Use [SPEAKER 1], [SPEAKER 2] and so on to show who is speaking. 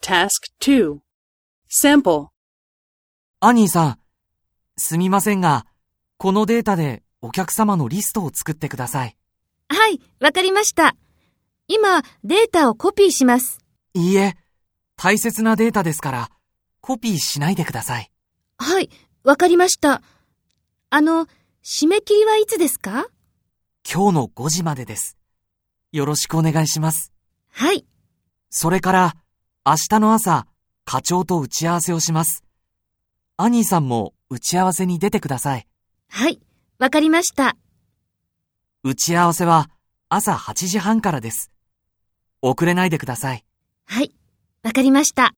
[SPEAKER 1] Task 2. Sample.
[SPEAKER 2] アニーさん、すみませんが、このデータでお客様のリストを作ってください。
[SPEAKER 3] はい、わかりました。今、データをコピーします。
[SPEAKER 2] いいえ、大切なデータですから、コピーしないでください。
[SPEAKER 3] はい、わかりました。あの、締め切りはいつですか
[SPEAKER 2] 今日の5時までです。よろしくお願いします。
[SPEAKER 3] はい、
[SPEAKER 2] それから、明日の朝、課長と打ち合わせをします。アニーさんも打ち合わせに出てください。
[SPEAKER 3] はい、わかりました。
[SPEAKER 2] 打ち合わせは朝8時半からです。遅れないでください。
[SPEAKER 3] はい、わかりました。